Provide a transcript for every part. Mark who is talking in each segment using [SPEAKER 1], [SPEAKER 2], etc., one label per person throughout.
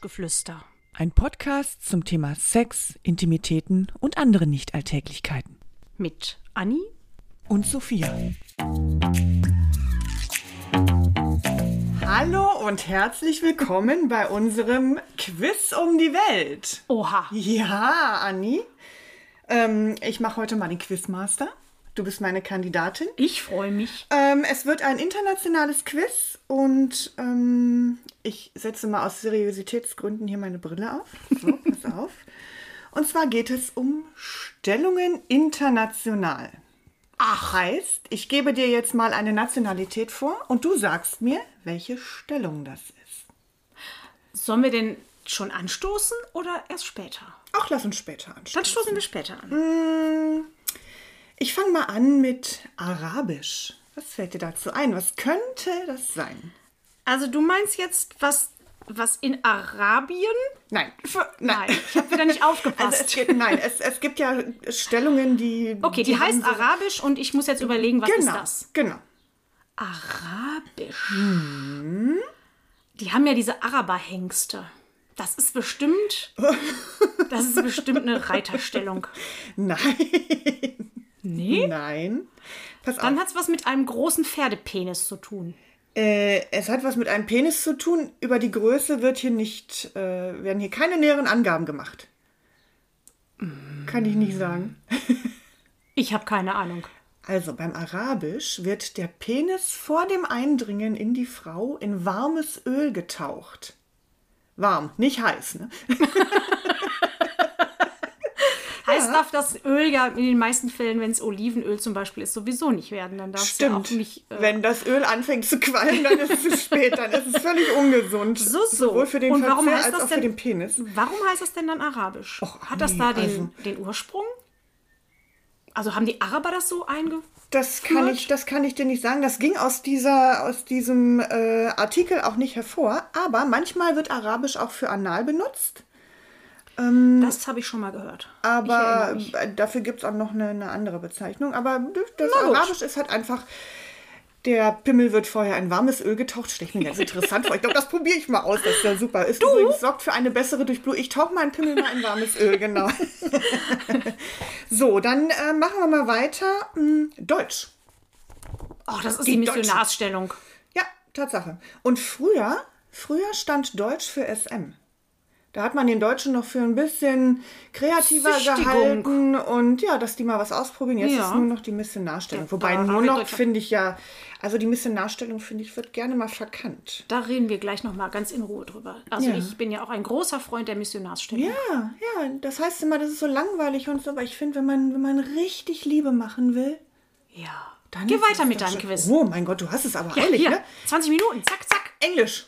[SPEAKER 1] Geflüster.
[SPEAKER 2] Ein Podcast zum Thema Sex, Intimitäten und andere Nichtalltäglichkeiten.
[SPEAKER 1] Mit Anni
[SPEAKER 2] Und Sophia.
[SPEAKER 3] Hallo und herzlich willkommen bei unserem Quiz um die Welt.
[SPEAKER 1] Oha.
[SPEAKER 3] Ja, Anni, ähm, ich mache heute mal den Quizmaster. Du bist meine Kandidatin.
[SPEAKER 1] Ich freue mich.
[SPEAKER 3] Ähm, es wird ein internationales Quiz und ähm, ich setze mal aus Seriositätsgründen hier meine Brille auf. So, pass auf. Und zwar geht es um Stellungen international. Ach, heißt, ich gebe dir jetzt mal eine Nationalität vor und du sagst mir, welche Stellung das ist.
[SPEAKER 1] Sollen wir denn schon anstoßen oder erst später? Mhm.
[SPEAKER 3] Ach, lass uns später anschauen.
[SPEAKER 1] Dann stoßen wir später an.
[SPEAKER 3] Ich fange mal an mit Arabisch. Was fällt dir dazu ein? Was könnte das sein?
[SPEAKER 1] Also du meinst jetzt, was, was in Arabien?
[SPEAKER 3] Nein.
[SPEAKER 1] Für, nein. ich habe wieder nicht
[SPEAKER 3] Also es
[SPEAKER 1] aufgepasst.
[SPEAKER 3] gibt, nein, es, es gibt ja Stellungen, die.
[SPEAKER 1] okay, die, heißt
[SPEAKER 3] haben so-
[SPEAKER 1] Arabisch und ich muss jetzt überlegen, was
[SPEAKER 3] genau,
[SPEAKER 1] ist das?
[SPEAKER 3] Genau.
[SPEAKER 1] Arabisch. Mhm. Die haben ja diese Araberhengste. Das ist bestimmt. Das ist bestimmt eine Reiterstellung.
[SPEAKER 3] Nein,
[SPEAKER 1] Nee?
[SPEAKER 3] nein. Pass
[SPEAKER 1] Dann
[SPEAKER 3] auf.
[SPEAKER 1] hat es was mit einem großen Pferdepenis zu tun.
[SPEAKER 3] Äh, es hat was mit einem Penis zu tun. Über die Größe wird hier nicht, äh, werden hier keine näheren Angaben gemacht. Kann ich nicht sagen.
[SPEAKER 1] Ich habe keine Ahnung.
[SPEAKER 3] Also beim Arabisch wird der Penis vor dem Eindringen in die Frau in warmes Öl getaucht. Warm, nicht heiß, ne?
[SPEAKER 1] Heiß darf das Öl ja in den meisten Fällen, wenn es Olivenöl zum Beispiel ist, sowieso nicht werden. Dann darf es ja auch nicht. Äh,
[SPEAKER 3] Wenn das Öl anfängt zu qualmen, dann ist es zu spät, dann ist es völlig ungesund.
[SPEAKER 1] so, so.
[SPEAKER 3] Sowohl für den
[SPEAKER 1] Und warum
[SPEAKER 3] Verzehr
[SPEAKER 1] heißt
[SPEAKER 3] als
[SPEAKER 1] das
[SPEAKER 3] auch
[SPEAKER 1] denn,
[SPEAKER 3] für den Penis.
[SPEAKER 1] Warum heißt das denn dann Arabisch?
[SPEAKER 3] Och,
[SPEAKER 1] Hat das
[SPEAKER 3] nee,
[SPEAKER 1] da den,
[SPEAKER 3] also-
[SPEAKER 1] den Ursprung? Also haben die Araber das so einge.
[SPEAKER 3] Das kann, ich, das kann ich dir nicht sagen. Das ging aus, dieser, aus diesem äh, Artikel auch nicht hervor. Aber manchmal wird Arabisch auch für Anal benutzt. Hm.
[SPEAKER 1] Das habe ich schon mal gehört. Ich erinnere
[SPEAKER 3] Aber
[SPEAKER 1] mich.
[SPEAKER 3] dafür gibt es auch noch eine, eine andere Bezeichnung. Aber das
[SPEAKER 1] Na gut.
[SPEAKER 3] Arabisch ist halt einfach, der Pimmel wird vorher in warmes Öl getaucht. Stelle ich mir ganz interessant vor. Ich glaube, das probiere ich mal aus. Das ist ja super. Ist du? übrigens sorgt für eine bessere Durchblutung. Ich tauche meinen Pimmel mal in warmes Öl, genau. so, dann äh, machen wir mal weiter. Hm, Deutsch.
[SPEAKER 1] Oh, das ist die,
[SPEAKER 3] die
[SPEAKER 1] Missionarsstellung.
[SPEAKER 3] Ja, Tatsache. Und früher, früher stand Deutsch für SM. Da hat man den Deutschen noch für ein bisschen kreativer
[SPEAKER 1] Züchtigung.
[SPEAKER 3] gehalten und ja, dass die mal was ausprobieren. Jetzt
[SPEAKER 1] Ja.
[SPEAKER 3] ist nur noch die Missionarstellung.
[SPEAKER 1] Ja,
[SPEAKER 3] Wobei
[SPEAKER 1] da
[SPEAKER 3] nur
[SPEAKER 1] haben wir
[SPEAKER 3] noch
[SPEAKER 1] Deutsche-
[SPEAKER 3] finde ich ja, also die Missionarstellung finde ich wird gerne mal verkannt.
[SPEAKER 1] Da reden wir gleich nochmal ganz in Ruhe drüber. Also
[SPEAKER 3] Ja.
[SPEAKER 1] ich bin ja auch ein großer Freund der Missionarsstellung.
[SPEAKER 3] Ja, ja, das heißt immer, das ist so langweilig und so, aber ich finde, wenn man, wenn man richtig Liebe machen will,
[SPEAKER 1] Ja.
[SPEAKER 3] dann
[SPEAKER 1] Geh
[SPEAKER 3] ist
[SPEAKER 1] weiter
[SPEAKER 3] es
[SPEAKER 1] mit
[SPEAKER 3] doch
[SPEAKER 1] deinem
[SPEAKER 3] schon-
[SPEAKER 1] Quiz.
[SPEAKER 3] Oh mein Gott, du hast es aber
[SPEAKER 1] Ja,
[SPEAKER 3] eilig,
[SPEAKER 1] hier.
[SPEAKER 3] ne?
[SPEAKER 1] 20 Minuten. Zack, zack.
[SPEAKER 3] Englisch.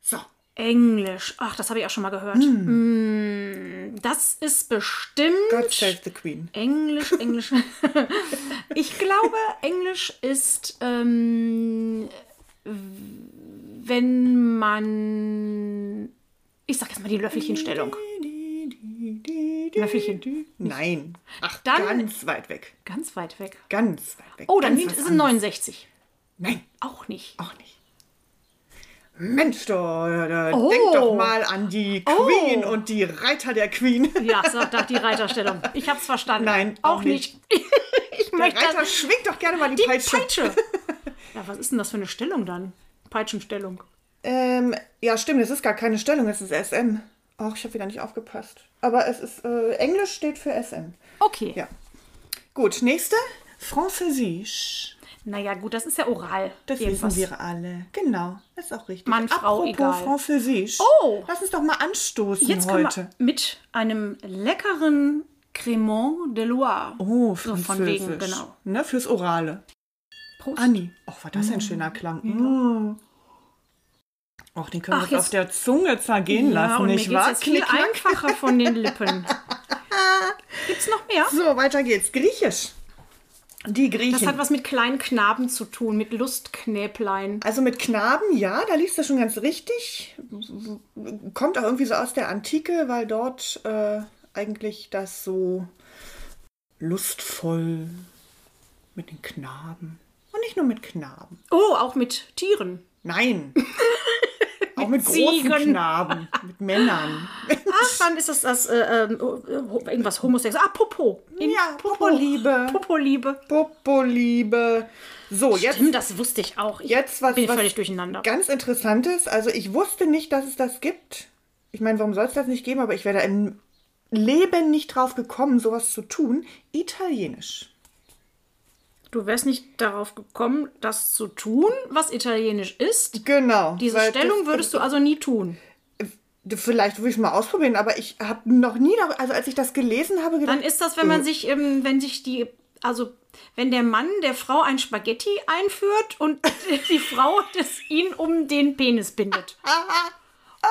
[SPEAKER 3] So,
[SPEAKER 1] Englisch. Ach, das habe ich auch schon mal gehört.
[SPEAKER 3] Hm.
[SPEAKER 1] Mm, das ist bestimmt
[SPEAKER 3] God save the Queen.
[SPEAKER 1] Englisch, Englisch. ich glaube, Englisch ist, ähm, wenn man, ich sag jetzt mal die Löffelchenstellung. Löffelchen.
[SPEAKER 3] Nein. Ach,
[SPEAKER 1] Dann-
[SPEAKER 3] ganz weit weg.
[SPEAKER 1] Ganz weit weg.
[SPEAKER 3] Ganz weit weg.
[SPEAKER 1] Oh, dann
[SPEAKER 3] ganz
[SPEAKER 1] sind
[SPEAKER 3] was
[SPEAKER 1] es
[SPEAKER 3] anderes.
[SPEAKER 1] 69.
[SPEAKER 3] Nein,
[SPEAKER 1] Auch nicht.
[SPEAKER 3] auch nicht. Mensch, da, da,
[SPEAKER 1] Oh.
[SPEAKER 3] denk doch mal an die Queen und die Reiter der Queen.
[SPEAKER 1] Ja, so, da die Reiterstellung. Ich hab's verstanden.
[SPEAKER 3] Nein,
[SPEAKER 1] auch,
[SPEAKER 3] auch
[SPEAKER 1] nicht.
[SPEAKER 3] nicht.
[SPEAKER 1] ich
[SPEAKER 3] Der
[SPEAKER 1] möchte
[SPEAKER 3] Reiter schwingt doch gerne mal die,
[SPEAKER 1] die
[SPEAKER 3] Peitsche.
[SPEAKER 1] Peitsche. Ja, was ist denn das für eine Stellung dann? Peitschenstellung.
[SPEAKER 3] Ähm, ja, stimmt, es ist gar keine Stellung, es ist SM. Ach, ich habe wieder nicht aufgepasst. Aber es ist, äh, Englisch steht für SM.
[SPEAKER 1] Okay.
[SPEAKER 3] Ja. Gut, nächste. Französisch.
[SPEAKER 1] Naja, gut, das ist ja oral.
[SPEAKER 3] Das
[SPEAKER 1] Irgendwas.
[SPEAKER 3] wissen wir alle. Genau, das ist auch richtig.
[SPEAKER 1] Mann, Frau,
[SPEAKER 3] Apropos
[SPEAKER 1] egal.
[SPEAKER 3] Französisch.
[SPEAKER 1] Oh!
[SPEAKER 3] Lass uns doch mal anstoßen
[SPEAKER 1] Jetzt können
[SPEAKER 3] heute.
[SPEAKER 1] wir mit einem leckeren Cremant de Loire.
[SPEAKER 3] Oh,
[SPEAKER 1] So
[SPEAKER 3] Französisch.
[SPEAKER 1] von wegen, genau.
[SPEAKER 3] Ne, fürs Orale.
[SPEAKER 1] Prost.
[SPEAKER 3] Anni. Och, war das
[SPEAKER 1] Mhm.
[SPEAKER 3] ein schöner Klang. Mm. Och, den können
[SPEAKER 1] Ach,
[SPEAKER 3] wir uns
[SPEAKER 1] jetzt-
[SPEAKER 3] auf der Zunge zergehen
[SPEAKER 1] ja,
[SPEAKER 3] lassen,
[SPEAKER 1] und
[SPEAKER 3] nicht
[SPEAKER 1] mir geht's
[SPEAKER 3] wahr?
[SPEAKER 1] jetzt viel
[SPEAKER 3] Knick, knack.
[SPEAKER 1] einfacher von den Lippen. Gibt's noch mehr?
[SPEAKER 3] So, weiter geht's. Griechisch. Die Griechen.
[SPEAKER 1] Das hat was mit kleinen Knaben zu tun, mit Lustknäplein.
[SPEAKER 3] Also mit Knaben, ja, da liest du schon ganz richtig. Kommt auch irgendwie so aus der Antike, weil dort äh, eigentlich das so lustvoll mit den Knaben. Und nicht nur mit Knaben.
[SPEAKER 1] Oh, auch mit Tieren.
[SPEAKER 3] Nein, Auch mit großen
[SPEAKER 1] Ziegen.
[SPEAKER 3] Knaben, mit Männern.
[SPEAKER 1] Ach, dann ist das das äh, ähm, ho- irgendwas homosexuell. Ah, Popo. In
[SPEAKER 3] Ja, Popoliebe.
[SPEAKER 1] Popoliebe.
[SPEAKER 3] Popoliebe. So, jetzt
[SPEAKER 1] Tim, das wusste ich auch. Ich
[SPEAKER 3] Jetzt was,
[SPEAKER 1] bin
[SPEAKER 3] was
[SPEAKER 1] völlig durcheinander.
[SPEAKER 3] ganz Interessantes. Also ich wusste nicht, dass es das gibt. Ich meine, warum soll es das nicht geben? Aber ich wäre da im Leben nicht drauf gekommen, sowas zu tun. Italienisch.
[SPEAKER 1] Du wärst nicht darauf gekommen, das zu tun, was italienisch ist.
[SPEAKER 3] Genau.
[SPEAKER 1] Diese
[SPEAKER 3] weil
[SPEAKER 1] Stellung würdest du also nie tun.
[SPEAKER 3] das, Vielleicht würde ich es mal ausprobieren, aber ich habe noch nie, dar- also als ich das gelesen habe, gedacht,
[SPEAKER 1] Dann ist das, wenn man sich, ähm, wenn sich die, also wenn der Mann der Frau ein Spaghetti einführt und die Frau das ihn um den Penis bindet.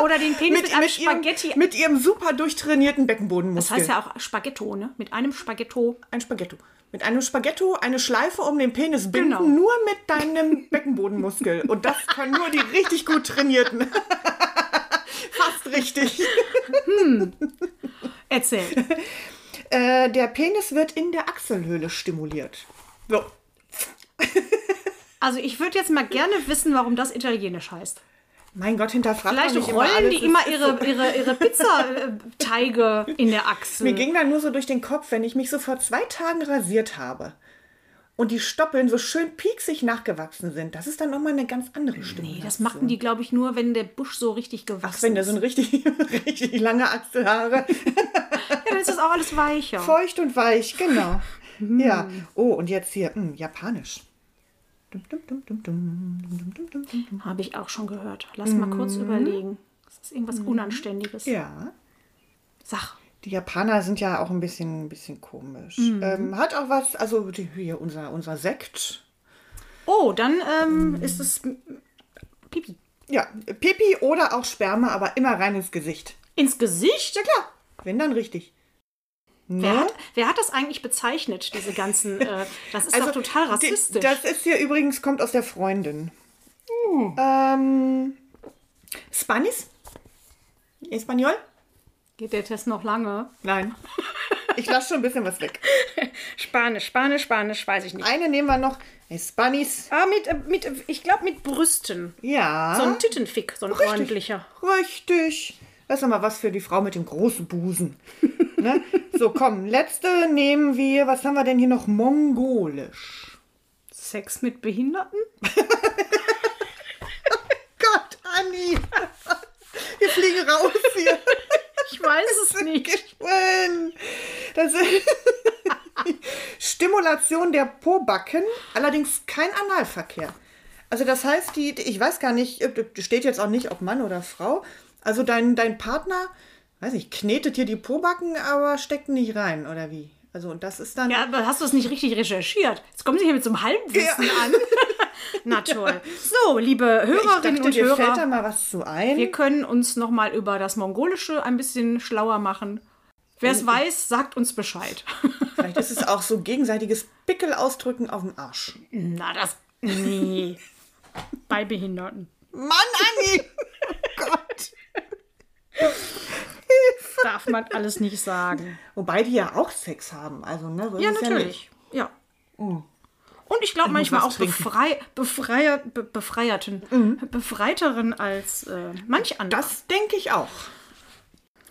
[SPEAKER 1] Oder den Penis mit, einem Spaghetti.
[SPEAKER 3] ihrem, mit ihrem super durchtrainierten Beckenbodenmuskel.
[SPEAKER 1] das heißt ja auch Spaghetto, ne? Mit einem Spaghetto.
[SPEAKER 3] ein Spaghetto. Mit einem Spaghetto eine Schleife um den Penis binden,
[SPEAKER 1] Genau.
[SPEAKER 3] nur mit deinem Beckenbodenmuskel. Und das können nur die richtig gut trainierten. Fast richtig.
[SPEAKER 1] Erzähl.
[SPEAKER 3] Äh, der Penis wird in der Achselhöhle stimuliert. So.
[SPEAKER 1] Also ich würde jetzt mal gerne wissen, warum das italienisch heißt.
[SPEAKER 3] Mein Gott, hinterfragt
[SPEAKER 1] Vielleicht
[SPEAKER 3] man nicht
[SPEAKER 1] rollen
[SPEAKER 3] immer alles.
[SPEAKER 1] die
[SPEAKER 3] Es
[SPEAKER 1] immer
[SPEAKER 3] ist
[SPEAKER 1] ihre,
[SPEAKER 3] So.
[SPEAKER 1] ihre, ihre Pizzateige in der Achsel.
[SPEAKER 3] Mir ging da nur so durch den Kopf, wenn ich mich so vor zwei Tagen rasiert habe und die Stoppeln so schön pieksig nachgewachsen sind. Das ist dann nochmal eine ganz andere Stimme.
[SPEAKER 1] Nee, das machen die, glaube ich, nur, wenn der Busch so richtig
[SPEAKER 3] Ach,
[SPEAKER 1] gewachsen
[SPEAKER 3] wenn da so ein richtig, richtig lange Achselhaare.
[SPEAKER 1] ist. Ja, dann ist das auch alles weicher.
[SPEAKER 3] Feucht und weich, genau. ja.
[SPEAKER 1] Mm.
[SPEAKER 3] Oh, und jetzt hier, hm, japanisch. Dum, dum, dum, dum, dum, dum, dum, dum, dum.
[SPEAKER 1] Habe ich auch schon gehört. Lass mal kurz überlegen. Das ist irgendwas Unanständiges.
[SPEAKER 3] Ja.
[SPEAKER 1] Sag.
[SPEAKER 3] Die Japaner sind ja auch ein bisschen, ein bisschen komisch.
[SPEAKER 1] Mm.
[SPEAKER 3] Ähm, hat auch was, also die, hier unser, unser Sekt.
[SPEAKER 1] Oh, dann ähm, ist es m- Pipi.
[SPEAKER 3] Ja, Pipi oder auch Sperma, aber immer rein ins Gesicht.
[SPEAKER 1] Ins Gesicht?
[SPEAKER 3] Ja klar, wenn dann richtig.
[SPEAKER 1] Wer,
[SPEAKER 3] Ne?
[SPEAKER 1] hat, wer hat das eigentlich bezeichnet, diese ganzen... Äh, das ist doch total
[SPEAKER 3] Also, die-
[SPEAKER 1] rassistisch.
[SPEAKER 3] Das ist hier übrigens, kommt aus der Freundin.
[SPEAKER 1] Uh.
[SPEAKER 3] Ähm, Spanis? Espanol?
[SPEAKER 1] Geht der Test noch lange?
[SPEAKER 3] Nein. Ich lasse schon ein bisschen was weg.
[SPEAKER 1] Spanisch, Spanisch, Spanisch, weiß ich nicht.
[SPEAKER 3] Eine nehmen wir noch. Espanis.
[SPEAKER 1] Ah, mit, äh, mit äh, ich glaube, mit Brüsten.
[SPEAKER 3] Ja.
[SPEAKER 1] So ein Tittenfick, so ein
[SPEAKER 3] Richtig.
[SPEAKER 1] ordentlicher.
[SPEAKER 3] Richtig. Das ist nochmal was für die Frau mit dem großen Busen. ne? So, komm. Letzte nehmen wir, was haben wir denn hier noch? Mongolisch.
[SPEAKER 1] Sex mit Behinderten?
[SPEAKER 3] Gott, Anni. Wir fliegen raus hier.
[SPEAKER 1] Ich weiß es nicht.
[SPEAKER 3] Geschwollen. Das ist Stimulation der Pobacken, allerdings kein Analverkehr. Also das heißt, die, die- ich weiß gar nicht, äh, steht jetzt auch nicht, ob Mann oder Frau. Also dein, dein Partner, weiß ich, knetet hier die Pobacken, aber steckt nicht rein, oder wie? Also und das ist dann...
[SPEAKER 1] Ja, aber hast du es nicht richtig recherchiert? Jetzt kommen Sie hier mit so einem Halbwissen an. Na toll. So, liebe
[SPEAKER 3] ich
[SPEAKER 1] Hörerinnen
[SPEAKER 3] dachte,
[SPEAKER 1] und
[SPEAKER 3] dir fällt da
[SPEAKER 1] Hörer,
[SPEAKER 3] mal was zu ein.
[SPEAKER 1] wir können uns nochmal über das Mongolische ein bisschen schlauer machen. Wer es weiß, sagt uns Bescheid.
[SPEAKER 3] Vielleicht ist es auch so gegenseitiges Pickel ausdrücken auf dem Arsch.
[SPEAKER 1] Na, das. Nee. Bei Behinderten.
[SPEAKER 3] Mann, Anni! Gott!
[SPEAKER 1] Darf man alles nicht sagen.
[SPEAKER 3] Wobei die ja auch Sex haben, also ne? so ist
[SPEAKER 1] Ja,
[SPEAKER 3] es
[SPEAKER 1] natürlich. Ja. Und ich glaube manchmal auch befrei, befreier, be, befreierten, befreiteren als äh, manch anderer.
[SPEAKER 3] Das denke ich auch.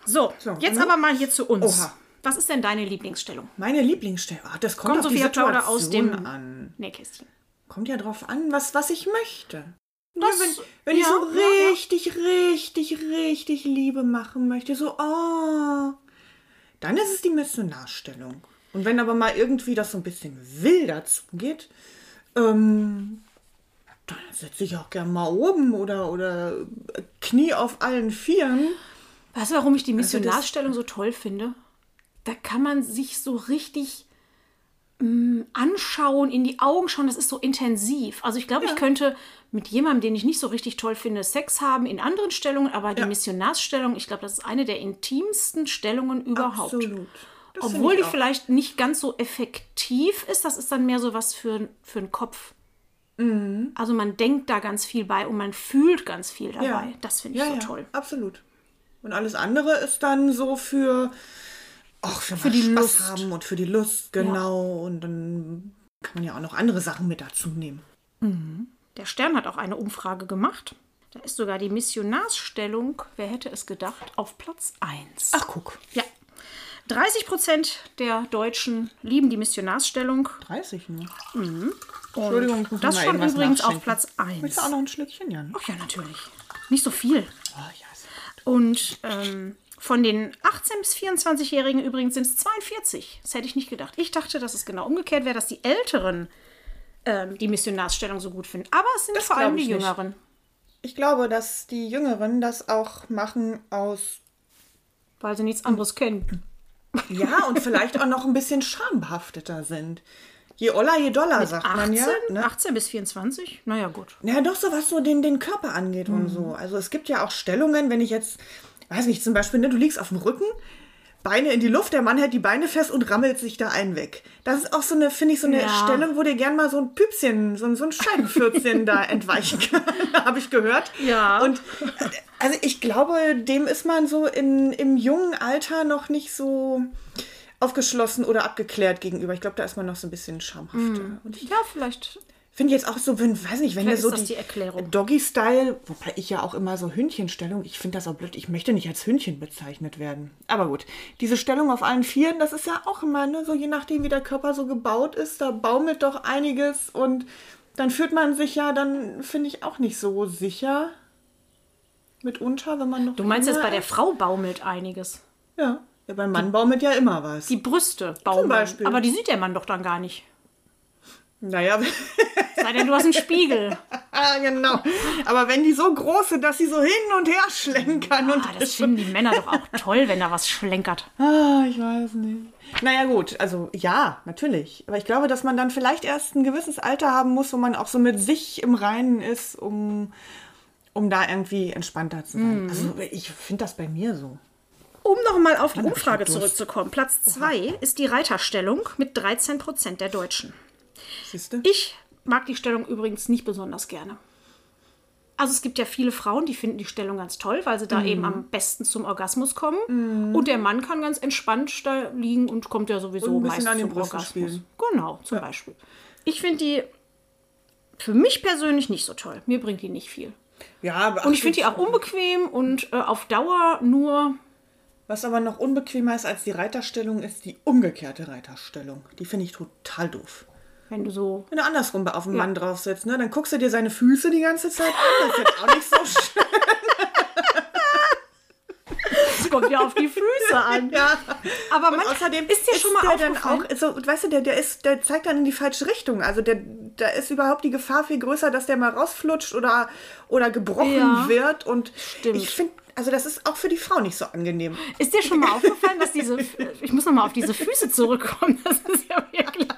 [SPEAKER 1] So,
[SPEAKER 3] So,
[SPEAKER 1] jetzt
[SPEAKER 3] ne?
[SPEAKER 1] aber mal hier zu uns.
[SPEAKER 3] Oha.
[SPEAKER 1] Was ist denn deine Lieblingsstellung?
[SPEAKER 3] Meine Lieblingsstelle. Ah, das kommt
[SPEAKER 1] Kommt
[SPEAKER 3] auf die
[SPEAKER 1] Sophia Plauder
[SPEAKER 3] Situation
[SPEAKER 1] aus dem-
[SPEAKER 3] an.
[SPEAKER 1] Nähkästchen.
[SPEAKER 3] Kommt ja drauf an, was, was ich möchte.
[SPEAKER 1] Das-
[SPEAKER 3] Ne, wenn wenn ich
[SPEAKER 1] ja,
[SPEAKER 3] so
[SPEAKER 1] ja, ja.
[SPEAKER 3] richtig, richtig, richtig Liebe machen möchte, so, oh, dann ist es die Missionarstellung. Und wenn aber mal irgendwie das so ein bisschen wilder zugeht, ähm, dann setze ich auch gern mal oben oder, oder äh, Knie auf allen Vieren.
[SPEAKER 1] Weißt du, warum ich die
[SPEAKER 3] Also
[SPEAKER 1] Missionarstellung so toll finde? Da kann man sich so richtig mm, anschauen, in die Augen schauen. Das ist so intensiv. Also ich glaube, ich könnte mit jemandem, den ich nicht so richtig toll finde, Sex haben in anderen Stellungen, aber die Missionarsstellung, ich glaube, das ist eine der intimsten Stellungen überhaupt.
[SPEAKER 3] Absolut. Das finde
[SPEAKER 1] Obwohl
[SPEAKER 3] ich
[SPEAKER 1] die
[SPEAKER 3] auch.
[SPEAKER 1] vielleicht nicht ganz so effektiv ist, das ist dann mehr so was für, für den Kopf.
[SPEAKER 3] Mhm.
[SPEAKER 1] Also man denkt da ganz viel bei und man fühlt ganz viel dabei. Das finde ich so toll.
[SPEAKER 3] Absolut. Und alles andere ist dann so für, ach, für, mal
[SPEAKER 1] die
[SPEAKER 3] Spaß
[SPEAKER 1] Lust.
[SPEAKER 3] haben und für die Lust, genau. Und dann kann man ja auch noch andere Sachen mit dazu nehmen.
[SPEAKER 1] Der Stern hat auch eine Umfrage gemacht. Da ist sogar die Missionarsstellung, wer hätte es gedacht, auf Platz 1.
[SPEAKER 3] Ach, guck.
[SPEAKER 1] Ja. 30 Prozent der Deutschen lieben die Missionarsstellung.
[SPEAKER 3] 30 nur.
[SPEAKER 1] Mhm. Und
[SPEAKER 3] Entschuldigung, ich muss
[SPEAKER 1] das
[SPEAKER 3] mal
[SPEAKER 1] stand
[SPEAKER 3] eben was
[SPEAKER 1] übrigens auf
[SPEAKER 3] nachschenken.
[SPEAKER 1] Platz 1.
[SPEAKER 3] Willst du auch noch ein Schlückchen, Jan?
[SPEAKER 1] Ach ja, natürlich. Nicht so viel.
[SPEAKER 3] Oh, yes.
[SPEAKER 1] Und ähm, von den 18- bis 24-Jährigen übrigens sind es 42. Das hätte ich nicht gedacht. Ich dachte, dass es genau umgekehrt wäre, dass die Älteren ähm, die Missionarsstellung so gut finden. Aber es sind
[SPEAKER 3] Das
[SPEAKER 1] vor allem
[SPEAKER 3] glaub
[SPEAKER 1] die
[SPEAKER 3] ich nicht.
[SPEAKER 1] Jüngeren.
[SPEAKER 3] Ich glaube, dass die Jüngeren das auch machen aus.
[SPEAKER 1] Weil sie nichts anderes kennen.
[SPEAKER 3] Ja, und vielleicht auch noch ein bisschen schambehafteter sind. Je oller, je doller, sagt
[SPEAKER 1] 18,
[SPEAKER 3] man ja. Ne?
[SPEAKER 1] 18 bis 24? Naja, gut.
[SPEAKER 3] Ja, doch so, was so den, den Körper angeht und
[SPEAKER 1] Mhm.
[SPEAKER 3] so. Also es gibt ja auch Stellungen, wenn ich jetzt, weiß nicht, zum Beispiel, ne, du liegst auf dem Rücken, Beine in die Luft, der Mann hält die Beine fest und rammelt sich da einen weg. Das ist auch so eine, finde ich, so eine
[SPEAKER 1] Ja.
[SPEAKER 3] Stellung, wo dir gern mal so ein Püpschen, so, ein- so ein Scheibenfürzchen da entweichen kann, habe ich gehört.
[SPEAKER 1] Ja.
[SPEAKER 3] Und äh, also ich glaube, dem ist man so in, im jungen Alter noch nicht so aufgeschlossen oder abgeklärt gegenüber. Ich glaube, da ist man noch so ein bisschen
[SPEAKER 1] Mhm.
[SPEAKER 3] schamhafter. Und ich
[SPEAKER 1] Ja, vielleicht.
[SPEAKER 3] Finde jetzt auch so, wenn, weiß nicht, wenn
[SPEAKER 1] Vielleicht
[SPEAKER 3] du so
[SPEAKER 1] ist das die
[SPEAKER 3] die,
[SPEAKER 1] Erklärung.
[SPEAKER 3] Doggy-Style, wobei ich ja auch immer so Hühnchenstellung, ich finde das auch blöd, ich möchte nicht als Hühnchen bezeichnet werden. Aber gut, diese Stellung auf allen Vieren, das ist ja auch immer, ne, so je nachdem, wie der Körper so gebaut ist, da baumelt doch einiges und dann fühlt man sich ja, dann finde ich auch nicht so sicher. Mitunter, wenn man noch.
[SPEAKER 1] Du meinst jetzt
[SPEAKER 3] jünger
[SPEAKER 1] bei der Frau baumelt einiges.
[SPEAKER 3] ist. Ja. ja, beim Mann baumelt ja immer was.
[SPEAKER 1] Die Brüste baumeln.
[SPEAKER 3] Beispiel.
[SPEAKER 1] Aber die sieht der Mann doch dann gar nicht.
[SPEAKER 3] naja,
[SPEAKER 1] Sei denn, du hast einen Spiegel.
[SPEAKER 3] ah, genau. Aber wenn die so groß sind, dass sie so hin und her schlenken kann und
[SPEAKER 1] Ah, das finden die Männer doch auch toll, wenn da was schlenkert.
[SPEAKER 3] Ah, ich weiß nicht. Naja, gut, also ja, natürlich. Aber ich glaube, dass man dann vielleicht erst ein gewisses Alter haben muss, wo man auch so mit sich im Reinen ist, um, um da irgendwie entspannter zu sein.
[SPEAKER 1] Mhm.
[SPEAKER 3] Also ich finde das bei mir so.
[SPEAKER 1] Um nochmal auf die
[SPEAKER 3] hab ich
[SPEAKER 1] Umfrage
[SPEAKER 3] grad Durst.
[SPEAKER 1] zurückzukommen. Platz 2 ist die Reiterstellung mit 13 Prozent der Deutschen.
[SPEAKER 3] Siehst du?
[SPEAKER 1] Ich mag die Stellung übrigens nicht besonders gerne. Also es gibt ja viele Frauen, die finden die Stellung ganz toll, weil sie
[SPEAKER 3] Mhm.
[SPEAKER 1] da eben am besten zum Orgasmus kommen. Und der Mann kann ganz entspannt da liegen und kommt ja sowieso
[SPEAKER 3] Und ein bisschen
[SPEAKER 1] meist
[SPEAKER 3] an den
[SPEAKER 1] zum
[SPEAKER 3] Brüsten
[SPEAKER 1] Orgasmus.
[SPEAKER 3] spielen.
[SPEAKER 1] Genau, zum Beispiel. Ich finde die für mich persönlich nicht so toll. Mir bringt die nicht viel.
[SPEAKER 3] Ja, aber
[SPEAKER 1] Und ich finde die auch unbequem und äh, auf Dauer nur
[SPEAKER 3] Was aber noch unbequemer ist als die Reiterstellung, ist die umgekehrte Reiterstellung. Die finde ich total doof.
[SPEAKER 1] Wenn du so.
[SPEAKER 3] Wenn du andersrum auf dem Mann drauf sitzt, ne, dann guckst du dir seine Füße die ganze Zeit an. Das ist jetzt auch nicht so schön.
[SPEAKER 1] Es kommt ja auf die Füße an.
[SPEAKER 3] Ja.
[SPEAKER 1] Aber
[SPEAKER 3] Und
[SPEAKER 1] manchmal
[SPEAKER 3] außerdem
[SPEAKER 1] ist dir schon mal
[SPEAKER 3] der dann
[SPEAKER 1] aufgefallen.
[SPEAKER 3] auch, so, weißt du, der, der, ist, der zeigt dann in die falsche Richtung. Also der, da ist überhaupt die Gefahr viel größer, dass der mal rausflutscht oder, oder gebrochen
[SPEAKER 1] Ja.
[SPEAKER 3] wird. Und
[SPEAKER 1] Stimmt.
[SPEAKER 3] ich finde, also das ist auch für die Frau nicht so angenehm.
[SPEAKER 1] Ist dir schon mal aufgefallen, dass diese. Ich muss nochmal auf diese Füße zurückkommen. Das ist ja wirklich.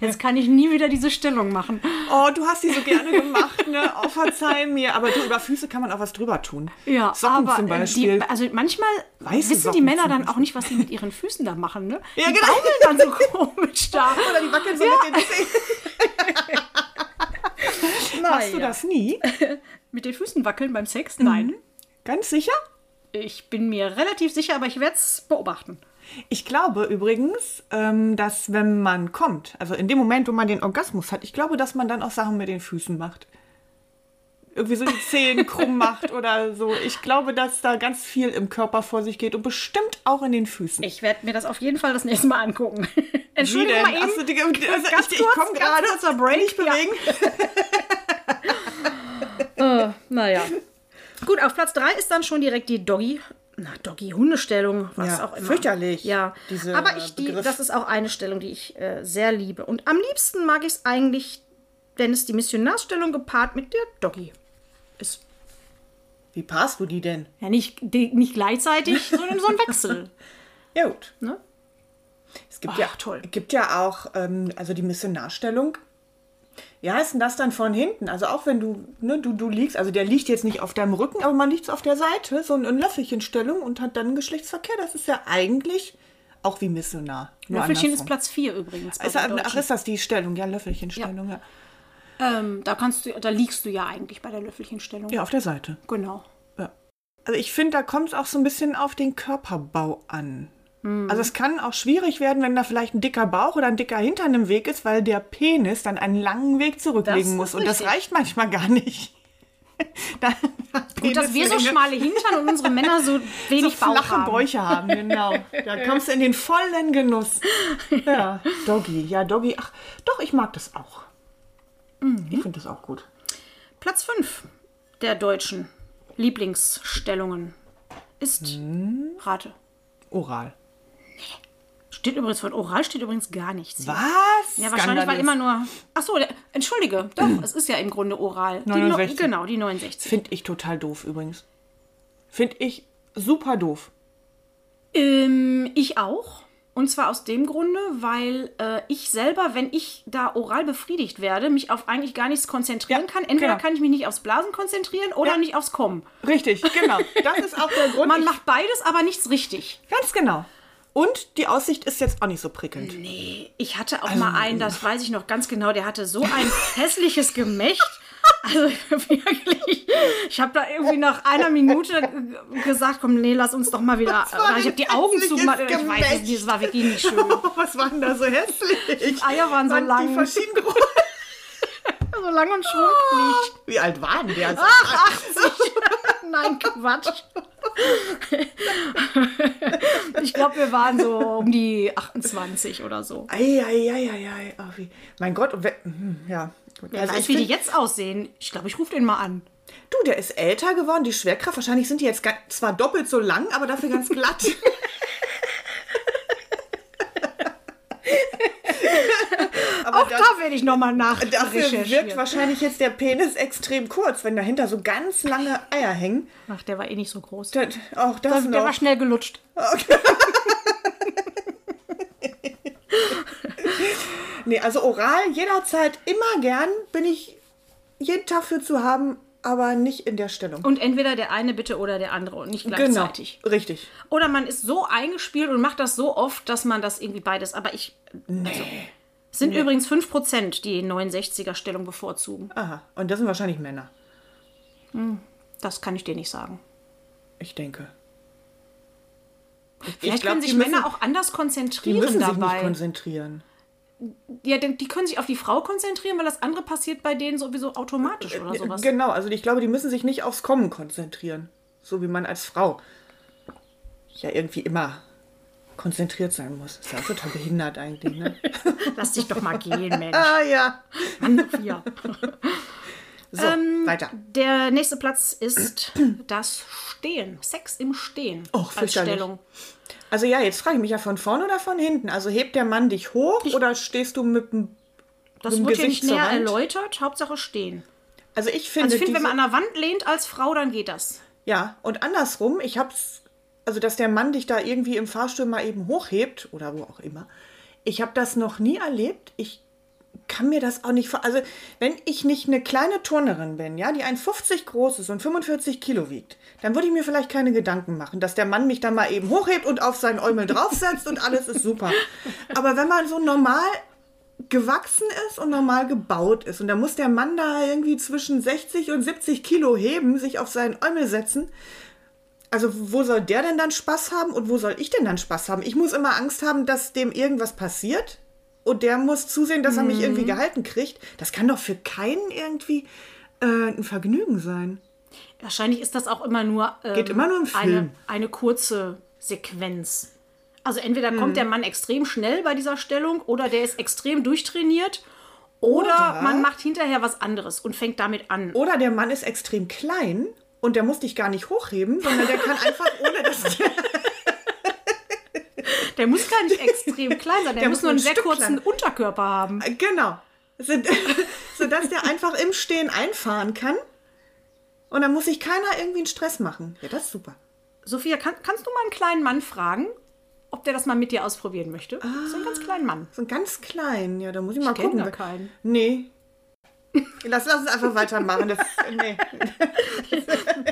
[SPEAKER 1] Jetzt kann ich nie wieder diese Stellung machen.
[SPEAKER 3] Oh, du hast die so gerne gemacht, ne? Oh, verzeih mir. Aber du, über Füße kann man auch was drüber tun.
[SPEAKER 1] Ja,
[SPEAKER 3] Socken
[SPEAKER 1] aber
[SPEAKER 3] zum
[SPEAKER 1] äh,
[SPEAKER 3] Beispiel.
[SPEAKER 1] Die, also manchmal
[SPEAKER 3] Weiße
[SPEAKER 1] wissen die
[SPEAKER 3] Socken
[SPEAKER 1] Männer
[SPEAKER 3] zum
[SPEAKER 1] dann auch nicht, was sie mit ihren Füßen da machen, ne?
[SPEAKER 3] Ja,
[SPEAKER 1] die
[SPEAKER 3] genau.
[SPEAKER 1] baumeln dann so komisch da.
[SPEAKER 3] Oder die wackeln so mit den Zehen. Machst du
[SPEAKER 1] ja.
[SPEAKER 3] das nie?
[SPEAKER 1] Mit den Füßen wackeln beim Sex?
[SPEAKER 3] Mhm.
[SPEAKER 1] Nein.
[SPEAKER 3] Ganz sicher?
[SPEAKER 1] Ich bin mir relativ sicher, aber ich werde es beobachten.
[SPEAKER 3] Ich glaube übrigens, ähm, dass wenn man kommt, also in dem Moment, wo man den Orgasmus hat, ich glaube, dass man dann auch Sachen mit den Füßen macht. Irgendwie so die Zehen krumm macht oder so. Ich glaube, dass da ganz viel im Körper vor sich geht und bestimmt auch in den Füßen.
[SPEAKER 1] Ich werde mir das auf jeden Fall das nächste Mal angucken. Entschuldigung, mal eben.
[SPEAKER 3] Hast du die, also
[SPEAKER 1] ganz
[SPEAKER 3] ich ich
[SPEAKER 1] kurz,
[SPEAKER 3] komme
[SPEAKER 1] ganz
[SPEAKER 3] gerade
[SPEAKER 1] kurz.
[SPEAKER 3] zur Brain nicht
[SPEAKER 1] Ja.
[SPEAKER 3] bewegen. Äh,
[SPEAKER 1] Naja. Gut, auf Platz 3 ist dann schon direkt die Doggy. Na, Doggy, Hundestellung, was
[SPEAKER 3] Ja,
[SPEAKER 1] auch immer.
[SPEAKER 3] fürchterlich,
[SPEAKER 1] Ja,
[SPEAKER 3] dieser
[SPEAKER 1] aber ich, die,
[SPEAKER 3] Begriff.
[SPEAKER 1] das ist auch eine Stellung, die ich äh, sehr liebe. Und am liebsten mag ich es eigentlich, wenn es die Missionarsstellung gepaart mit der Doggy ist.
[SPEAKER 3] Wie passt du die denn?
[SPEAKER 1] Ja, nicht, die, nicht gleichzeitig, sondern so ein Wechsel.
[SPEAKER 3] Ja, gut.
[SPEAKER 1] Ne?
[SPEAKER 3] Es gibt,
[SPEAKER 1] Ach,
[SPEAKER 3] ja,
[SPEAKER 1] toll.
[SPEAKER 3] gibt ja auch, ähm, also die Missionarstellung. Ja, ist denn das dann von hinten? Also auch wenn du, ne, du, du liegst, also der liegt jetzt nicht auf deinem Rücken, aber man liegt so auf der Seite, so in, in Löffelchenstellung und hat dann Geschlechtsverkehr. Das ist ja eigentlich auch wie Missionar. nur
[SPEAKER 1] Löffelchen ist
[SPEAKER 3] andersrum.
[SPEAKER 1] Platz 4 übrigens. Bei
[SPEAKER 3] Ist,
[SPEAKER 1] den
[SPEAKER 3] ja- Also, ach,
[SPEAKER 1] Deutschen.
[SPEAKER 3] ist das die Stellung? Ja, Löffelchenstellung, ja.
[SPEAKER 1] ähm, da, kannst du, da liegst du ja eigentlich bei der Löffelchenstellung.
[SPEAKER 3] Ja, auf der Seite.
[SPEAKER 1] Genau.
[SPEAKER 3] Ja. Also ich finde, da kommt es auch so ein bisschen auf den Körperbau an.
[SPEAKER 1] Hm.
[SPEAKER 3] Also es kann auch schwierig werden, wenn da vielleicht ein dicker Bauch oder ein dicker Hintern im Weg ist, weil der Penis dann einen langen Weg
[SPEAKER 1] Das ist
[SPEAKER 3] zurücklegen muss. Und das
[SPEAKER 1] richtig.
[SPEAKER 3] reicht manchmal gar nicht. Da-
[SPEAKER 1] Gut, dass wir so
[SPEAKER 3] Penisringe.
[SPEAKER 1] schmale Hintern und unsere Männer so wenig
[SPEAKER 3] so
[SPEAKER 1] Bauch
[SPEAKER 3] flache
[SPEAKER 1] haben.
[SPEAKER 3] Bäuche haben, genau. Da kommst du in den vollen Genuss. Ja, Doggy, ja, Doggy. Ach, doch, ich mag das auch.
[SPEAKER 1] Mhm.
[SPEAKER 3] Ich finde das auch gut.
[SPEAKER 1] Platz 5 der deutschen Lieblingsstellungen ist
[SPEAKER 3] Hm?
[SPEAKER 1] Rate.
[SPEAKER 3] Oral.
[SPEAKER 1] Steht übrigens von Oral steht übrigens gar nichts.
[SPEAKER 3] Was?
[SPEAKER 1] Ja, wahrscheinlich weil immer nur. Ach so, der- entschuldige, doch, es ist ja im Grunde oral. Die
[SPEAKER 3] 69.
[SPEAKER 1] genau, die 69.
[SPEAKER 3] Finde ich total doof übrigens. Finde ich super doof.
[SPEAKER 1] Ähm, ich auch. Und zwar aus dem Grunde, weil äh, ich selber, wenn ich da oral befriedigt werde, mich auf eigentlich gar nichts konzentrieren
[SPEAKER 3] Ja,
[SPEAKER 1] kann. Entweder
[SPEAKER 3] genau.
[SPEAKER 1] kann ich mich nicht aufs Blasen konzentrieren oder
[SPEAKER 3] Ja.
[SPEAKER 1] nicht aufs Kommen.
[SPEAKER 3] Richtig, genau. Das ist auch der Grund.
[SPEAKER 1] Man
[SPEAKER 3] Ich-
[SPEAKER 1] macht beides, aber nichts richtig.
[SPEAKER 3] ganz genau. Und die Aussicht ist jetzt auch nicht so prickelnd.
[SPEAKER 1] Ich hatte
[SPEAKER 3] Also,
[SPEAKER 1] auch mal
[SPEAKER 3] äh,
[SPEAKER 1] einen, das weiß ich noch ganz genau, der hatte so ein hässliches Gemächt. Also wirklich, ich habe da irgendwie nach einer Minute g- gesagt, komm, nee, lass uns doch mal wieder. äh,
[SPEAKER 3] war
[SPEAKER 1] Ich habe
[SPEAKER 3] ein
[SPEAKER 1] die Augen
[SPEAKER 3] hässliches
[SPEAKER 1] zugemacht. Ich weiß es
[SPEAKER 3] Gemächt.
[SPEAKER 1] nicht, es war wirklich nicht schön.
[SPEAKER 3] Was war denn da so hässlich?
[SPEAKER 1] Eier waren so lang.
[SPEAKER 3] Die verschiedenen Größen.
[SPEAKER 1] So lang und schwung nicht.
[SPEAKER 3] Wie alt waren die? Also,
[SPEAKER 1] Nein, Quatsch. Ich glaube, wir waren so um die 28 oder so.
[SPEAKER 3] Eieieiei, oh, wie. Mein Gott, und we- hm, ja. Gut.
[SPEAKER 1] Wer
[SPEAKER 3] Also
[SPEAKER 1] weiß,
[SPEAKER 3] ich
[SPEAKER 1] wie die
[SPEAKER 3] find,
[SPEAKER 1] jetzt aussehen. Ich glaube, ich rufe den mal an.
[SPEAKER 3] du, der ist älter geworden, die Schwerkraft. Wahrscheinlich sind die jetzt ga- zwar doppelt so lang, aber dafür ganz glatt. aber
[SPEAKER 1] Auch da werde ich nochmal
[SPEAKER 3] dafür wirkt
[SPEAKER 1] nachrecherchieren.
[SPEAKER 3] wahrscheinlich jetzt der Penis extrem kurz, wenn dahinter so ganz lange Eier hängen.
[SPEAKER 1] Ach, der war eh nicht so groß. Der,
[SPEAKER 3] Das, auch das
[SPEAKER 1] der
[SPEAKER 3] noch.
[SPEAKER 1] war schnell gelutscht.
[SPEAKER 3] Nee, also oral jederzeit immer gern. Bin ich jeden Tag für zu haben, aber nicht in der Stellung.
[SPEAKER 1] Und entweder der eine bitte oder der andere und nicht Oh, gleichzeitig.
[SPEAKER 3] Genau, richtig.
[SPEAKER 1] Oder man ist so eingespielt und macht das so oft, dass man das irgendwie beides. Aber ich. Also, es sind übrigens 5%, die 69er-Stellung bevorzugen.
[SPEAKER 3] Aha, und das sind wahrscheinlich Männer.
[SPEAKER 1] Das kann ich dir nicht sagen.
[SPEAKER 3] Ich denke. Ich
[SPEAKER 1] Vielleicht
[SPEAKER 3] glaub,
[SPEAKER 1] können sich
[SPEAKER 3] die müssen-
[SPEAKER 1] Männer auch anders
[SPEAKER 3] Die
[SPEAKER 1] konzentrieren
[SPEAKER 3] müssen sich nicht
[SPEAKER 1] dabei.
[SPEAKER 3] konzentrieren.
[SPEAKER 1] ja, denn die können sich auf die Frau konzentrieren, weil das andere passiert bei denen sowieso automatisch oder sowas.
[SPEAKER 3] Genau, also ich glaube, die müssen sich nicht aufs Kommen konzentrieren. So wie man als Frau ja irgendwie immer konzentriert sein muss. Ist ja auch total behindert eigentlich, ne?
[SPEAKER 1] Lass dich doch mal gehen, Mensch.
[SPEAKER 3] ah ja.
[SPEAKER 1] Mann, ja.
[SPEAKER 3] So,
[SPEAKER 1] Ähm,
[SPEAKER 3] weiter.
[SPEAKER 1] Der nächste Platz ist das Stehen. Sex im Stehen.
[SPEAKER 3] Oh,
[SPEAKER 1] als
[SPEAKER 3] fürchterlich.
[SPEAKER 1] Stellung.
[SPEAKER 3] Also ja, jetzt frage ich mich ja von vorne oder von hinten. Also hebt der Mann dich hoch oder stehst du mit dem...
[SPEAKER 1] Das
[SPEAKER 3] Mit dem
[SPEAKER 1] wird hier
[SPEAKER 3] Gesicht
[SPEAKER 1] nicht
[SPEAKER 3] zur
[SPEAKER 1] näher
[SPEAKER 3] Wand?
[SPEAKER 1] erläutert. Hauptsache stehen.
[SPEAKER 3] Also ich finde...
[SPEAKER 1] Also ich finde, wenn
[SPEAKER 3] diese-
[SPEAKER 1] man an der Wand lehnt als Frau, dann geht das.
[SPEAKER 3] Ja, und andersrum, ich hab's, also dass der Mann dich da irgendwie im Fahrstuhl mal eben hochhebt oder wo auch immer. Ich habe das noch nie erlebt. Ich kann mir das auch nicht vor. Also, wenn ich nicht eine kleine Turnerin bin, ja, die 1,50 groß ist und 45 Kilo wiegt, dann würde ich mir vielleicht keine Gedanken machen, dass der Mann mich dann mal eben hochhebt und auf seinen Eumel draufsetzt und alles ist super. Aber wenn man so normal gewachsen ist und normal gebaut ist. Und da muss der Mann da irgendwie zwischen 60 und 70 Kilo heben, sich auf seinen Eumel setzen. Also wo soll der denn dann Spaß haben und wo soll ich denn dann Spaß haben? Ich muss immer Angst haben, dass dem irgendwas passiert und der muss zusehen, dass er mich irgendwie gehalten kriegt. Das kann doch für keinen irgendwie äh, ein Vergnügen sein.
[SPEAKER 1] Wahrscheinlich ist das auch immer nur, ähm,
[SPEAKER 3] Geht immer nur im Film.
[SPEAKER 1] Eine, eine kurze Sequenz. Also entweder
[SPEAKER 3] Hm.
[SPEAKER 1] kommt der Mann extrem schnell bei dieser Stellung oder der ist extrem durchtrainiert oder,
[SPEAKER 3] Oder- Oh.
[SPEAKER 1] man macht hinterher was anderes und fängt damit an.
[SPEAKER 3] Oder der Mann ist extrem klein und der muss dich gar nicht hochheben, sondern der kann einfach ohne dass der,
[SPEAKER 1] Der muss gar nicht extrem klein sein, der,
[SPEAKER 3] Der
[SPEAKER 1] muss
[SPEAKER 3] muss
[SPEAKER 1] nur einen
[SPEAKER 3] ein
[SPEAKER 1] sehr
[SPEAKER 3] Stück
[SPEAKER 1] kurzen
[SPEAKER 3] klein.
[SPEAKER 1] Unterkörper haben.
[SPEAKER 3] Genau. So- Sodass der einfach im Stehen einfahren kann. Und dann muss sich keiner irgendwie einen Stress machen. Ja, das ist super.
[SPEAKER 1] Sophia, kann, kannst du mal einen kleinen Mann fragen, ob der das mal mit dir ausprobieren möchte? So einen ganz kleinen Mann.
[SPEAKER 3] So ein ganz klein. Ja, da muss ich mal
[SPEAKER 1] kenn
[SPEAKER 3] gucken.
[SPEAKER 1] da keinen.
[SPEAKER 3] Nee. Lass, lass uns einfach weitermachen. Das, nee.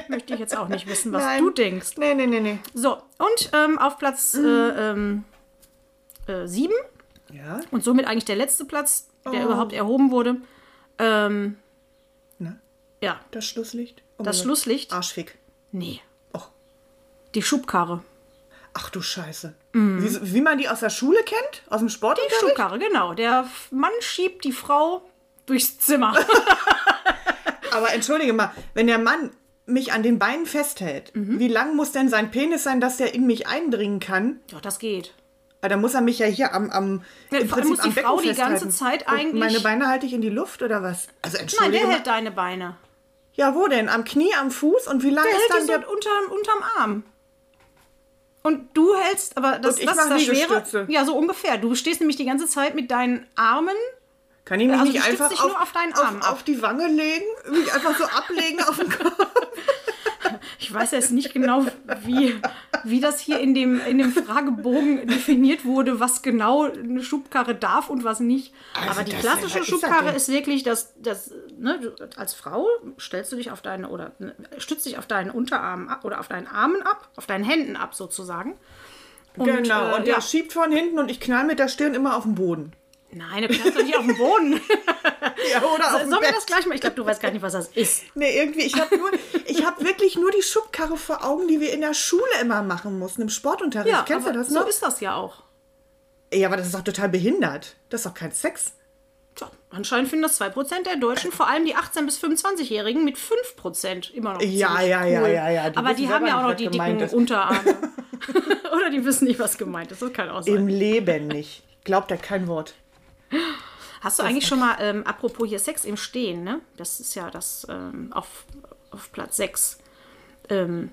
[SPEAKER 1] Möchte ich jetzt auch nicht wissen, was
[SPEAKER 3] Nein.
[SPEAKER 1] du denkst.
[SPEAKER 3] nee, nee, nee, nee.
[SPEAKER 1] So, und ähm, auf Platz äh, ähm, äh, sieben
[SPEAKER 3] Ja,
[SPEAKER 1] und somit eigentlich der letzte Platz, der überhaupt erhoben wurde. Ähm,
[SPEAKER 3] ne?
[SPEAKER 1] ja,
[SPEAKER 3] Das Schlusslicht. Oh
[SPEAKER 1] das
[SPEAKER 3] mein Gott.
[SPEAKER 1] Schlusslicht.
[SPEAKER 3] Arschfick.
[SPEAKER 1] Nee,
[SPEAKER 3] Och.
[SPEAKER 1] die Schubkarre.
[SPEAKER 3] Ach du Scheiße.
[SPEAKER 1] Mhm.
[SPEAKER 3] Wie, wie man die aus der Schule kennt? Aus dem
[SPEAKER 1] Die
[SPEAKER 3] Sportunterricht?
[SPEAKER 1] Schubkarre, genau. Der F- Mann schiebt die Frau durchs Zimmer.
[SPEAKER 3] Aber entschuldige mal, wenn der Mann mich an den Beinen festhält,
[SPEAKER 1] Mhm.
[SPEAKER 3] wie lang muss denn sein Penis sein, dass er in mich eindringen kann?
[SPEAKER 1] Doch, das geht.
[SPEAKER 3] Aber dann muss er mich ja hier am, am
[SPEAKER 1] Ja, vor allem muss die Frau die ganze Zeit
[SPEAKER 3] Und
[SPEAKER 1] eigentlich-
[SPEAKER 3] Meine Beine halte ich in die Luft oder was? Also
[SPEAKER 1] Nein,
[SPEAKER 3] entschuldige
[SPEAKER 1] der
[SPEAKER 3] mal.
[SPEAKER 1] hält deine Beine.
[SPEAKER 3] Ja, wo denn? Am Knie, am Fuß und wie lang
[SPEAKER 1] Der
[SPEAKER 3] ist
[SPEAKER 1] hält die
[SPEAKER 3] dann
[SPEAKER 1] so
[SPEAKER 3] der...
[SPEAKER 1] unterm, unterm Arm. Und du hältst, aber das,
[SPEAKER 3] Und ich
[SPEAKER 1] das ist
[SPEAKER 3] mach
[SPEAKER 1] das Schwere.
[SPEAKER 3] Liegestütze.
[SPEAKER 1] Ja, so ungefähr. Du stehst nämlich die ganze Zeit mit deinen Armen.
[SPEAKER 3] Kann ich mich
[SPEAKER 1] Also du
[SPEAKER 3] nicht
[SPEAKER 1] stützt
[SPEAKER 3] einfach
[SPEAKER 1] dich
[SPEAKER 3] auf,
[SPEAKER 1] nur auf deinen Arm
[SPEAKER 3] auf,
[SPEAKER 1] ab.
[SPEAKER 3] auf die Wange legen? Mich einfach so ablegen auf den Kopf?
[SPEAKER 1] Ich weiß jetzt nicht genau, wie, wie das hier in dem, in dem Fragebogen definiert wurde, was genau eine Schubkarre darf und was nicht. aber die
[SPEAKER 3] Also das-
[SPEAKER 1] klassische
[SPEAKER 3] was ist das
[SPEAKER 1] Schubkarre
[SPEAKER 3] denn?
[SPEAKER 1] ist wirklich, dass, dass ne, du, als Frau stellst du dich auf deine oder ne, stützt dich auf deinen Unterarmen ab oder auf deinen Armen ab, auf deinen Händen ab sozusagen. Und,
[SPEAKER 3] genau,
[SPEAKER 1] äh,
[SPEAKER 3] und der
[SPEAKER 1] ja.
[SPEAKER 3] schiebt von hinten und ich knall mit der Stirn immer auf den Boden.
[SPEAKER 1] Nein, du kannst doch nicht auf dem Boden.
[SPEAKER 3] Ja, oder auf
[SPEAKER 1] Sollen
[SPEAKER 3] den
[SPEAKER 1] wir
[SPEAKER 3] Bett.
[SPEAKER 1] das gleich mal? Ich glaube, du weißt gar nicht, was das ist.
[SPEAKER 3] Nee, irgendwie, ich habe hab wirklich nur die Schubkarre vor Augen, die wir in der Schule immer machen mussten, im Sportunterricht. Kennst du
[SPEAKER 1] aber
[SPEAKER 3] das
[SPEAKER 1] so
[SPEAKER 3] noch?
[SPEAKER 1] ist das ja auch.
[SPEAKER 3] ja, aber das ist doch total behindert. Das ist doch kein Sex.
[SPEAKER 1] Tja, anscheinend finden das 2% der Deutschen, vor allem die 18- bis 25-Jährigen, mit 5% immer noch
[SPEAKER 3] Ja,
[SPEAKER 1] ziemlich
[SPEAKER 3] ja,
[SPEAKER 1] cool.
[SPEAKER 3] ja, ja, ja, die
[SPEAKER 1] Aber die
[SPEAKER 3] wissen
[SPEAKER 1] haben
[SPEAKER 3] selber
[SPEAKER 1] ja auch
[SPEAKER 3] nicht,
[SPEAKER 1] noch
[SPEAKER 3] was
[SPEAKER 1] die
[SPEAKER 3] gemeint
[SPEAKER 1] dicken
[SPEAKER 3] ist.
[SPEAKER 1] Unterarme. Oder die wissen nicht, was gemeint ist. Das kann auch sein.
[SPEAKER 3] Im Leben nicht. Glaubt er kein Wort.
[SPEAKER 1] Hast du eigentlich schon mal, ähm, apropos hier Sex im Stehen, ne? Das ist ja das ähm, auf, auf Platz 6. Ähm,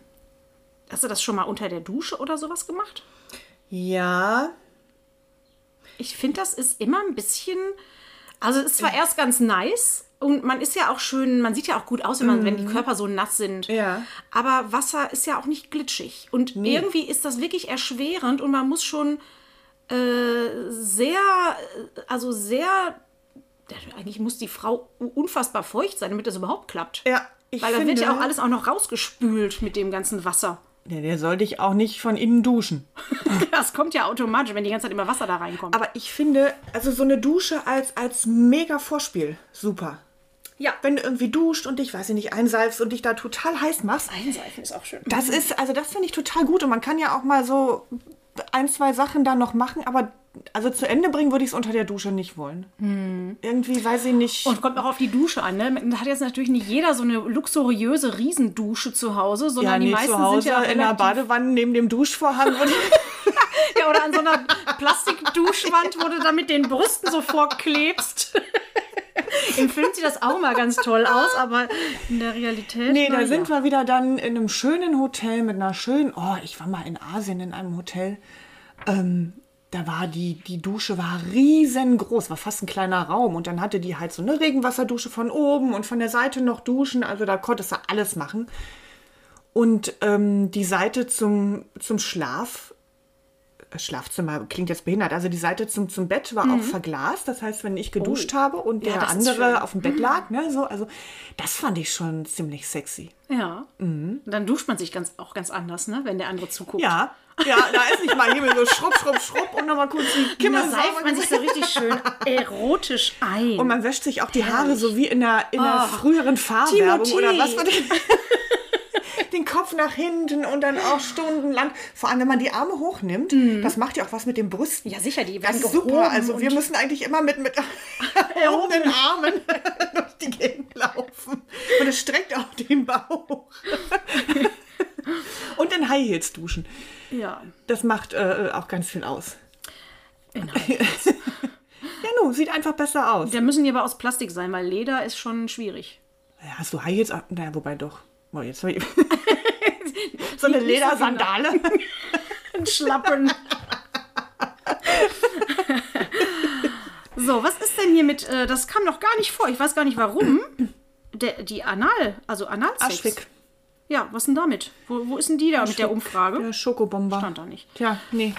[SPEAKER 1] hast du das schon mal unter der Dusche oder sowas gemacht?
[SPEAKER 3] Ja,
[SPEAKER 1] Ich finde, das ist immer ein bisschen. Also, es ist
[SPEAKER 3] Äh.
[SPEAKER 1] zwar erst ganz nice und man ist ja auch schön, man sieht ja auch gut aus, wenn, man, wenn die Körper so nass sind.
[SPEAKER 3] Mhm. Ja.
[SPEAKER 1] Aber Wasser ist ja auch nicht glitschig. Und irgendwie ist das wirklich erschwerend und man muss schon äh, sehr, äh, also sehr. Eigentlich muss die Frau u- unfassbar feucht sein, damit das überhaupt klappt.
[SPEAKER 3] ja. Ich
[SPEAKER 1] Weil da
[SPEAKER 3] finde,
[SPEAKER 1] wird ja auch alles auch noch rausgespült mit dem ganzen Wasser.
[SPEAKER 3] Ja, der soll dich auch nicht von innen duschen.
[SPEAKER 1] Das kommt ja automatisch, wenn die ganze Zeit immer Wasser da reinkommt.
[SPEAKER 3] Aber ich finde, also so eine Dusche als, als mega Vorspiel, super.
[SPEAKER 1] ja,
[SPEAKER 3] Wenn du irgendwie duscht und dich, weiß ich nicht, einsalfst und dich da total heiß machst.
[SPEAKER 1] Einseifen ist auch schön.
[SPEAKER 3] Das ist, also das finde ich total gut. Und man kann ja auch mal so ein, zwei Sachen da noch machen, aber also zu Ende bringen würde ich es unter der Dusche nicht wollen. Irgendwie weiß ich nicht.
[SPEAKER 1] Hm. Und kommt auch auf die Dusche an, ne? Da hat jetzt natürlich nicht jeder so eine luxuriöse Riesendusche zu Hause, sondern die meisten sind ja
[SPEAKER 3] in der
[SPEAKER 1] relativ-
[SPEAKER 3] Badewanne neben dem Duschvorhang. Und
[SPEAKER 1] ja, oder an so einer Plastikduschwand, wo du dann mit den Brüsten so vorklebst. Im Film sieht das auch mal ganz toll aus, aber in der Realität.
[SPEAKER 3] nee,
[SPEAKER 1] na
[SPEAKER 3] da
[SPEAKER 1] ja.
[SPEAKER 3] sind wir wieder dann in einem schönen Hotel mit einer schönen, oh, ich war mal in Asien in einem Hotel. Ähm, da war die, die Dusche war riesengroß, war fast ein kleiner Raum. Und dann hatte die halt so eine Regenwasserdusche von oben und von der Seite noch Duschen. Also da konntest du alles machen. Und ähm, die Seite zum, zum Schlaf, äh, Schlafzimmer klingt jetzt behindert, also die Seite zum, zum Bett war auch verglast. Das heißt, wenn ich geduscht habe und der
[SPEAKER 1] Mhm. Oh. Ja, das ist schön. Mhm.
[SPEAKER 3] andere auf dem Bett lag, ne, so, also das fand ich schon ziemlich sexy.
[SPEAKER 1] Ja. Dann duscht man sich ganz, auch ganz anders, ne? Wenn der andere zuguckt.
[SPEAKER 3] Mhm. Ja, ja, da ist nicht mal Himmel so schrupp, schrupp, schrupp und nochmal kurz die Kimme
[SPEAKER 1] Da seift man sich so richtig schön erotisch ein.
[SPEAKER 3] Und man wäscht sich auch die Haare so wie in der, in der früheren Fahrwerbung
[SPEAKER 1] Oh. Timothy.
[SPEAKER 3] oder was. war das? Den Kopf nach hinten und dann auch stundenlang. Vor allem, wenn man die Arme hochnimmt, das macht ja auch was mit den Brüsten.
[SPEAKER 1] ja, sicher, die
[SPEAKER 3] Das
[SPEAKER 1] werden
[SPEAKER 3] ist
[SPEAKER 1] gehoben
[SPEAKER 3] super. Also
[SPEAKER 1] Mhm. und-
[SPEAKER 3] wir müssen eigentlich immer mit, mit erhobenen Armen durch die Gegend laufen. Und es streckt auch den Bauch. und in High Heels duschen.
[SPEAKER 1] Ja.
[SPEAKER 3] Das macht äh, auch ganz viel aus.
[SPEAKER 1] Genau.
[SPEAKER 3] Ja, nu, sieht einfach besser aus.
[SPEAKER 1] Da müssen die aber aus Plastik sein, weil Leder ist schon schwierig.
[SPEAKER 3] Ja, hast du High Heels? an? Naja, wobei doch. Oh, jetzt hab ich so eine
[SPEAKER 1] Nicht so
[SPEAKER 3] Ledersandale.
[SPEAKER 1] Ein Schlappen. so, was ist denn hier mit, äh, das kam noch gar nicht vor, ich weiß gar nicht warum. Der, die Anal, also Analsex.
[SPEAKER 3] Aschwick.
[SPEAKER 1] Ja, was denn damit? Wo, wo ist denn die da mit der Umfrage?
[SPEAKER 3] Der äh, Schokobomber.
[SPEAKER 1] Stand da nicht.
[SPEAKER 3] Tja, nee.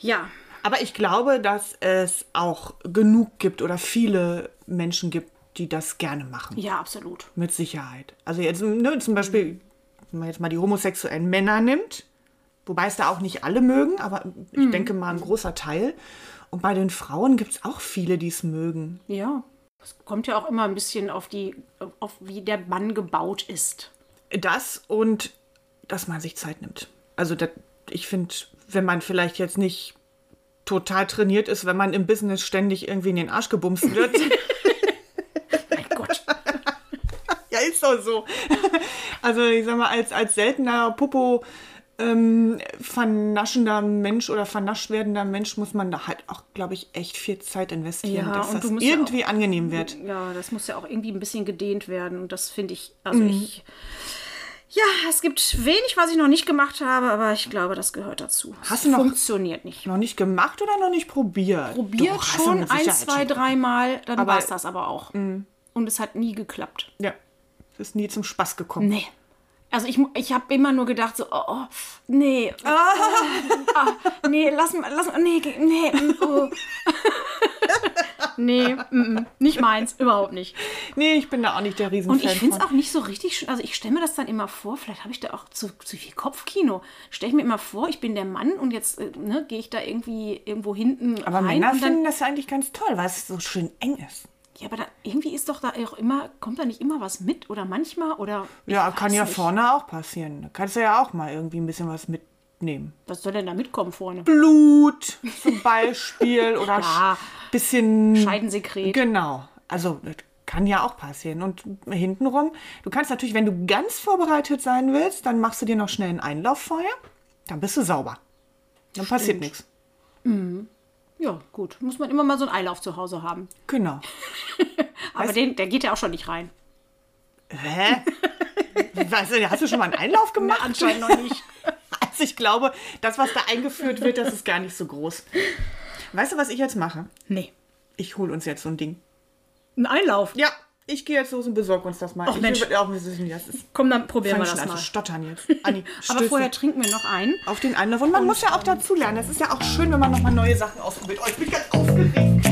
[SPEAKER 1] Ja,
[SPEAKER 3] Aber ich glaube, dass es auch genug gibt oder viele Menschen gibt, die das gerne machen.
[SPEAKER 1] ja, absolut.
[SPEAKER 3] Mit Sicherheit. Also jetzt ne, zum Beispiel, wenn man jetzt mal die homosexuellen Männer nimmt, wobei es da auch nicht alle mögen, aber ich denke mal ein großer Teil. Und bei den Frauen gibt es auch viele, die es mögen.
[SPEAKER 1] Ja. Es kommt ja auch immer ein bisschen auf die, auf wie der Mann gebaut ist.
[SPEAKER 3] Das und dass man sich Zeit nimmt. Also das, ich finde, wenn man vielleicht jetzt nicht total trainiert ist, wenn man im Business ständig irgendwie in den Arsch gebumst wird,
[SPEAKER 1] Mein Gott.
[SPEAKER 3] ist doch so. Also ich sag mal, als, als seltener Popo ähm, vernaschender Mensch oder vernascht werdender Mensch muss man da halt auch, glaube ich, echt viel Zeit investieren,
[SPEAKER 1] Ja,
[SPEAKER 3] dass
[SPEAKER 1] und
[SPEAKER 3] das
[SPEAKER 1] du musst ja
[SPEAKER 3] irgendwie
[SPEAKER 1] auch-
[SPEAKER 3] angenehm wird.
[SPEAKER 1] Ja, das muss ja auch irgendwie ein bisschen gedehnt werden. Und das finde ich, also ich. Ja, es gibt wenig, was ich noch nicht gemacht habe, aber ich glaube, das gehört dazu.
[SPEAKER 3] Hast
[SPEAKER 1] Es
[SPEAKER 3] du noch-
[SPEAKER 1] Funktioniert nicht.
[SPEAKER 3] Noch nicht gemacht oder noch nicht probiert?
[SPEAKER 1] Probiert
[SPEAKER 3] Doch, hast du
[SPEAKER 1] schon
[SPEAKER 3] mit
[SPEAKER 1] ein,
[SPEAKER 3] Sicherheit
[SPEAKER 1] zwei,
[SPEAKER 3] schon.
[SPEAKER 1] dreimal, dann
[SPEAKER 3] Aber- Mhm.
[SPEAKER 1] war es das aber auch. Und es hat nie geklappt.
[SPEAKER 3] Ja, es ist nie zum Spaß gekommen.
[SPEAKER 1] Nee. Also ich, mu- ich habe immer nur gedacht, so, oh, oh nee. Ah, nee, lass mal, lass mal, nee, ge- nee, mm, oh. nee, mm, mm, nicht meins, überhaupt nicht.
[SPEAKER 3] Nee, ich bin da auch nicht der Riesenfan
[SPEAKER 1] Und ich finde es
[SPEAKER 3] von.
[SPEAKER 1] auch nicht so richtig schön. Also ich stelle mir das dann immer vor, vielleicht habe ich da auch zu, zu viel Kopfkino. Stelle ich mir immer vor, ich bin der Mann und jetzt äh, ne, gehe ich da irgendwie irgendwo hinten
[SPEAKER 3] Aber
[SPEAKER 1] rein.
[SPEAKER 3] Männer
[SPEAKER 1] und dann,
[SPEAKER 3] finden das ja eigentlich ganz toll, weil es so schön eng ist.
[SPEAKER 1] ja, aber da, irgendwie ist doch da auch immer, kommt da nicht immer was mit oder manchmal oder. ich
[SPEAKER 3] Ja,
[SPEAKER 1] weiß
[SPEAKER 3] kann ja
[SPEAKER 1] nicht.
[SPEAKER 3] vorne auch passieren. Da kannst du ja auch mal irgendwie ein bisschen was mitnehmen.
[SPEAKER 1] Was soll denn da mitkommen vorne?
[SPEAKER 3] Blut zum Beispiel oder ein
[SPEAKER 1] Ja.
[SPEAKER 3] bisschen.
[SPEAKER 1] Scheidensekret.
[SPEAKER 3] Genau. Also das kann ja auch passieren. Und hintenrum, du kannst natürlich, wenn du ganz vorbereitet sein willst, dann machst du dir noch schnell ein Einlauffeuer. Dann bist du sauber. Dann passiert nichts.
[SPEAKER 1] Ja, gut. Muss man immer mal so einen Eilauf zu Hause haben.
[SPEAKER 3] Genau.
[SPEAKER 1] Aber den, der geht ja auch schon nicht rein.
[SPEAKER 3] Hä? Was, hast du schon mal einen Einlauf gemacht?
[SPEAKER 1] Anscheinend noch nicht.
[SPEAKER 3] Also ich glaube, das, was da eingeführt wird, das ist gar nicht so groß. Weißt du, was ich jetzt mache?
[SPEAKER 1] Nee.
[SPEAKER 3] Ich hole uns jetzt so ein Ding.
[SPEAKER 1] Ein Einlauf.
[SPEAKER 3] Ja, ich gehe jetzt los und besorge uns das mal.
[SPEAKER 1] Och,
[SPEAKER 3] ich
[SPEAKER 1] Mensch.
[SPEAKER 3] will auch wissen, das ist.
[SPEAKER 1] Komm, dann probieren
[SPEAKER 3] Fangen
[SPEAKER 1] wir
[SPEAKER 3] schon
[SPEAKER 1] das
[SPEAKER 3] an zu
[SPEAKER 1] mal.
[SPEAKER 3] stottern jetzt. Anni,
[SPEAKER 1] Aber
[SPEAKER 3] stößt
[SPEAKER 1] vorher
[SPEAKER 3] du
[SPEAKER 1] trinken wir noch einen.
[SPEAKER 3] auf den anderen. Man muss ja auch dazulernen. Das ist ja auch schön, wenn man nochmal neue Sachen ausprobiert. Oh, ich bin ganz aufgeregt.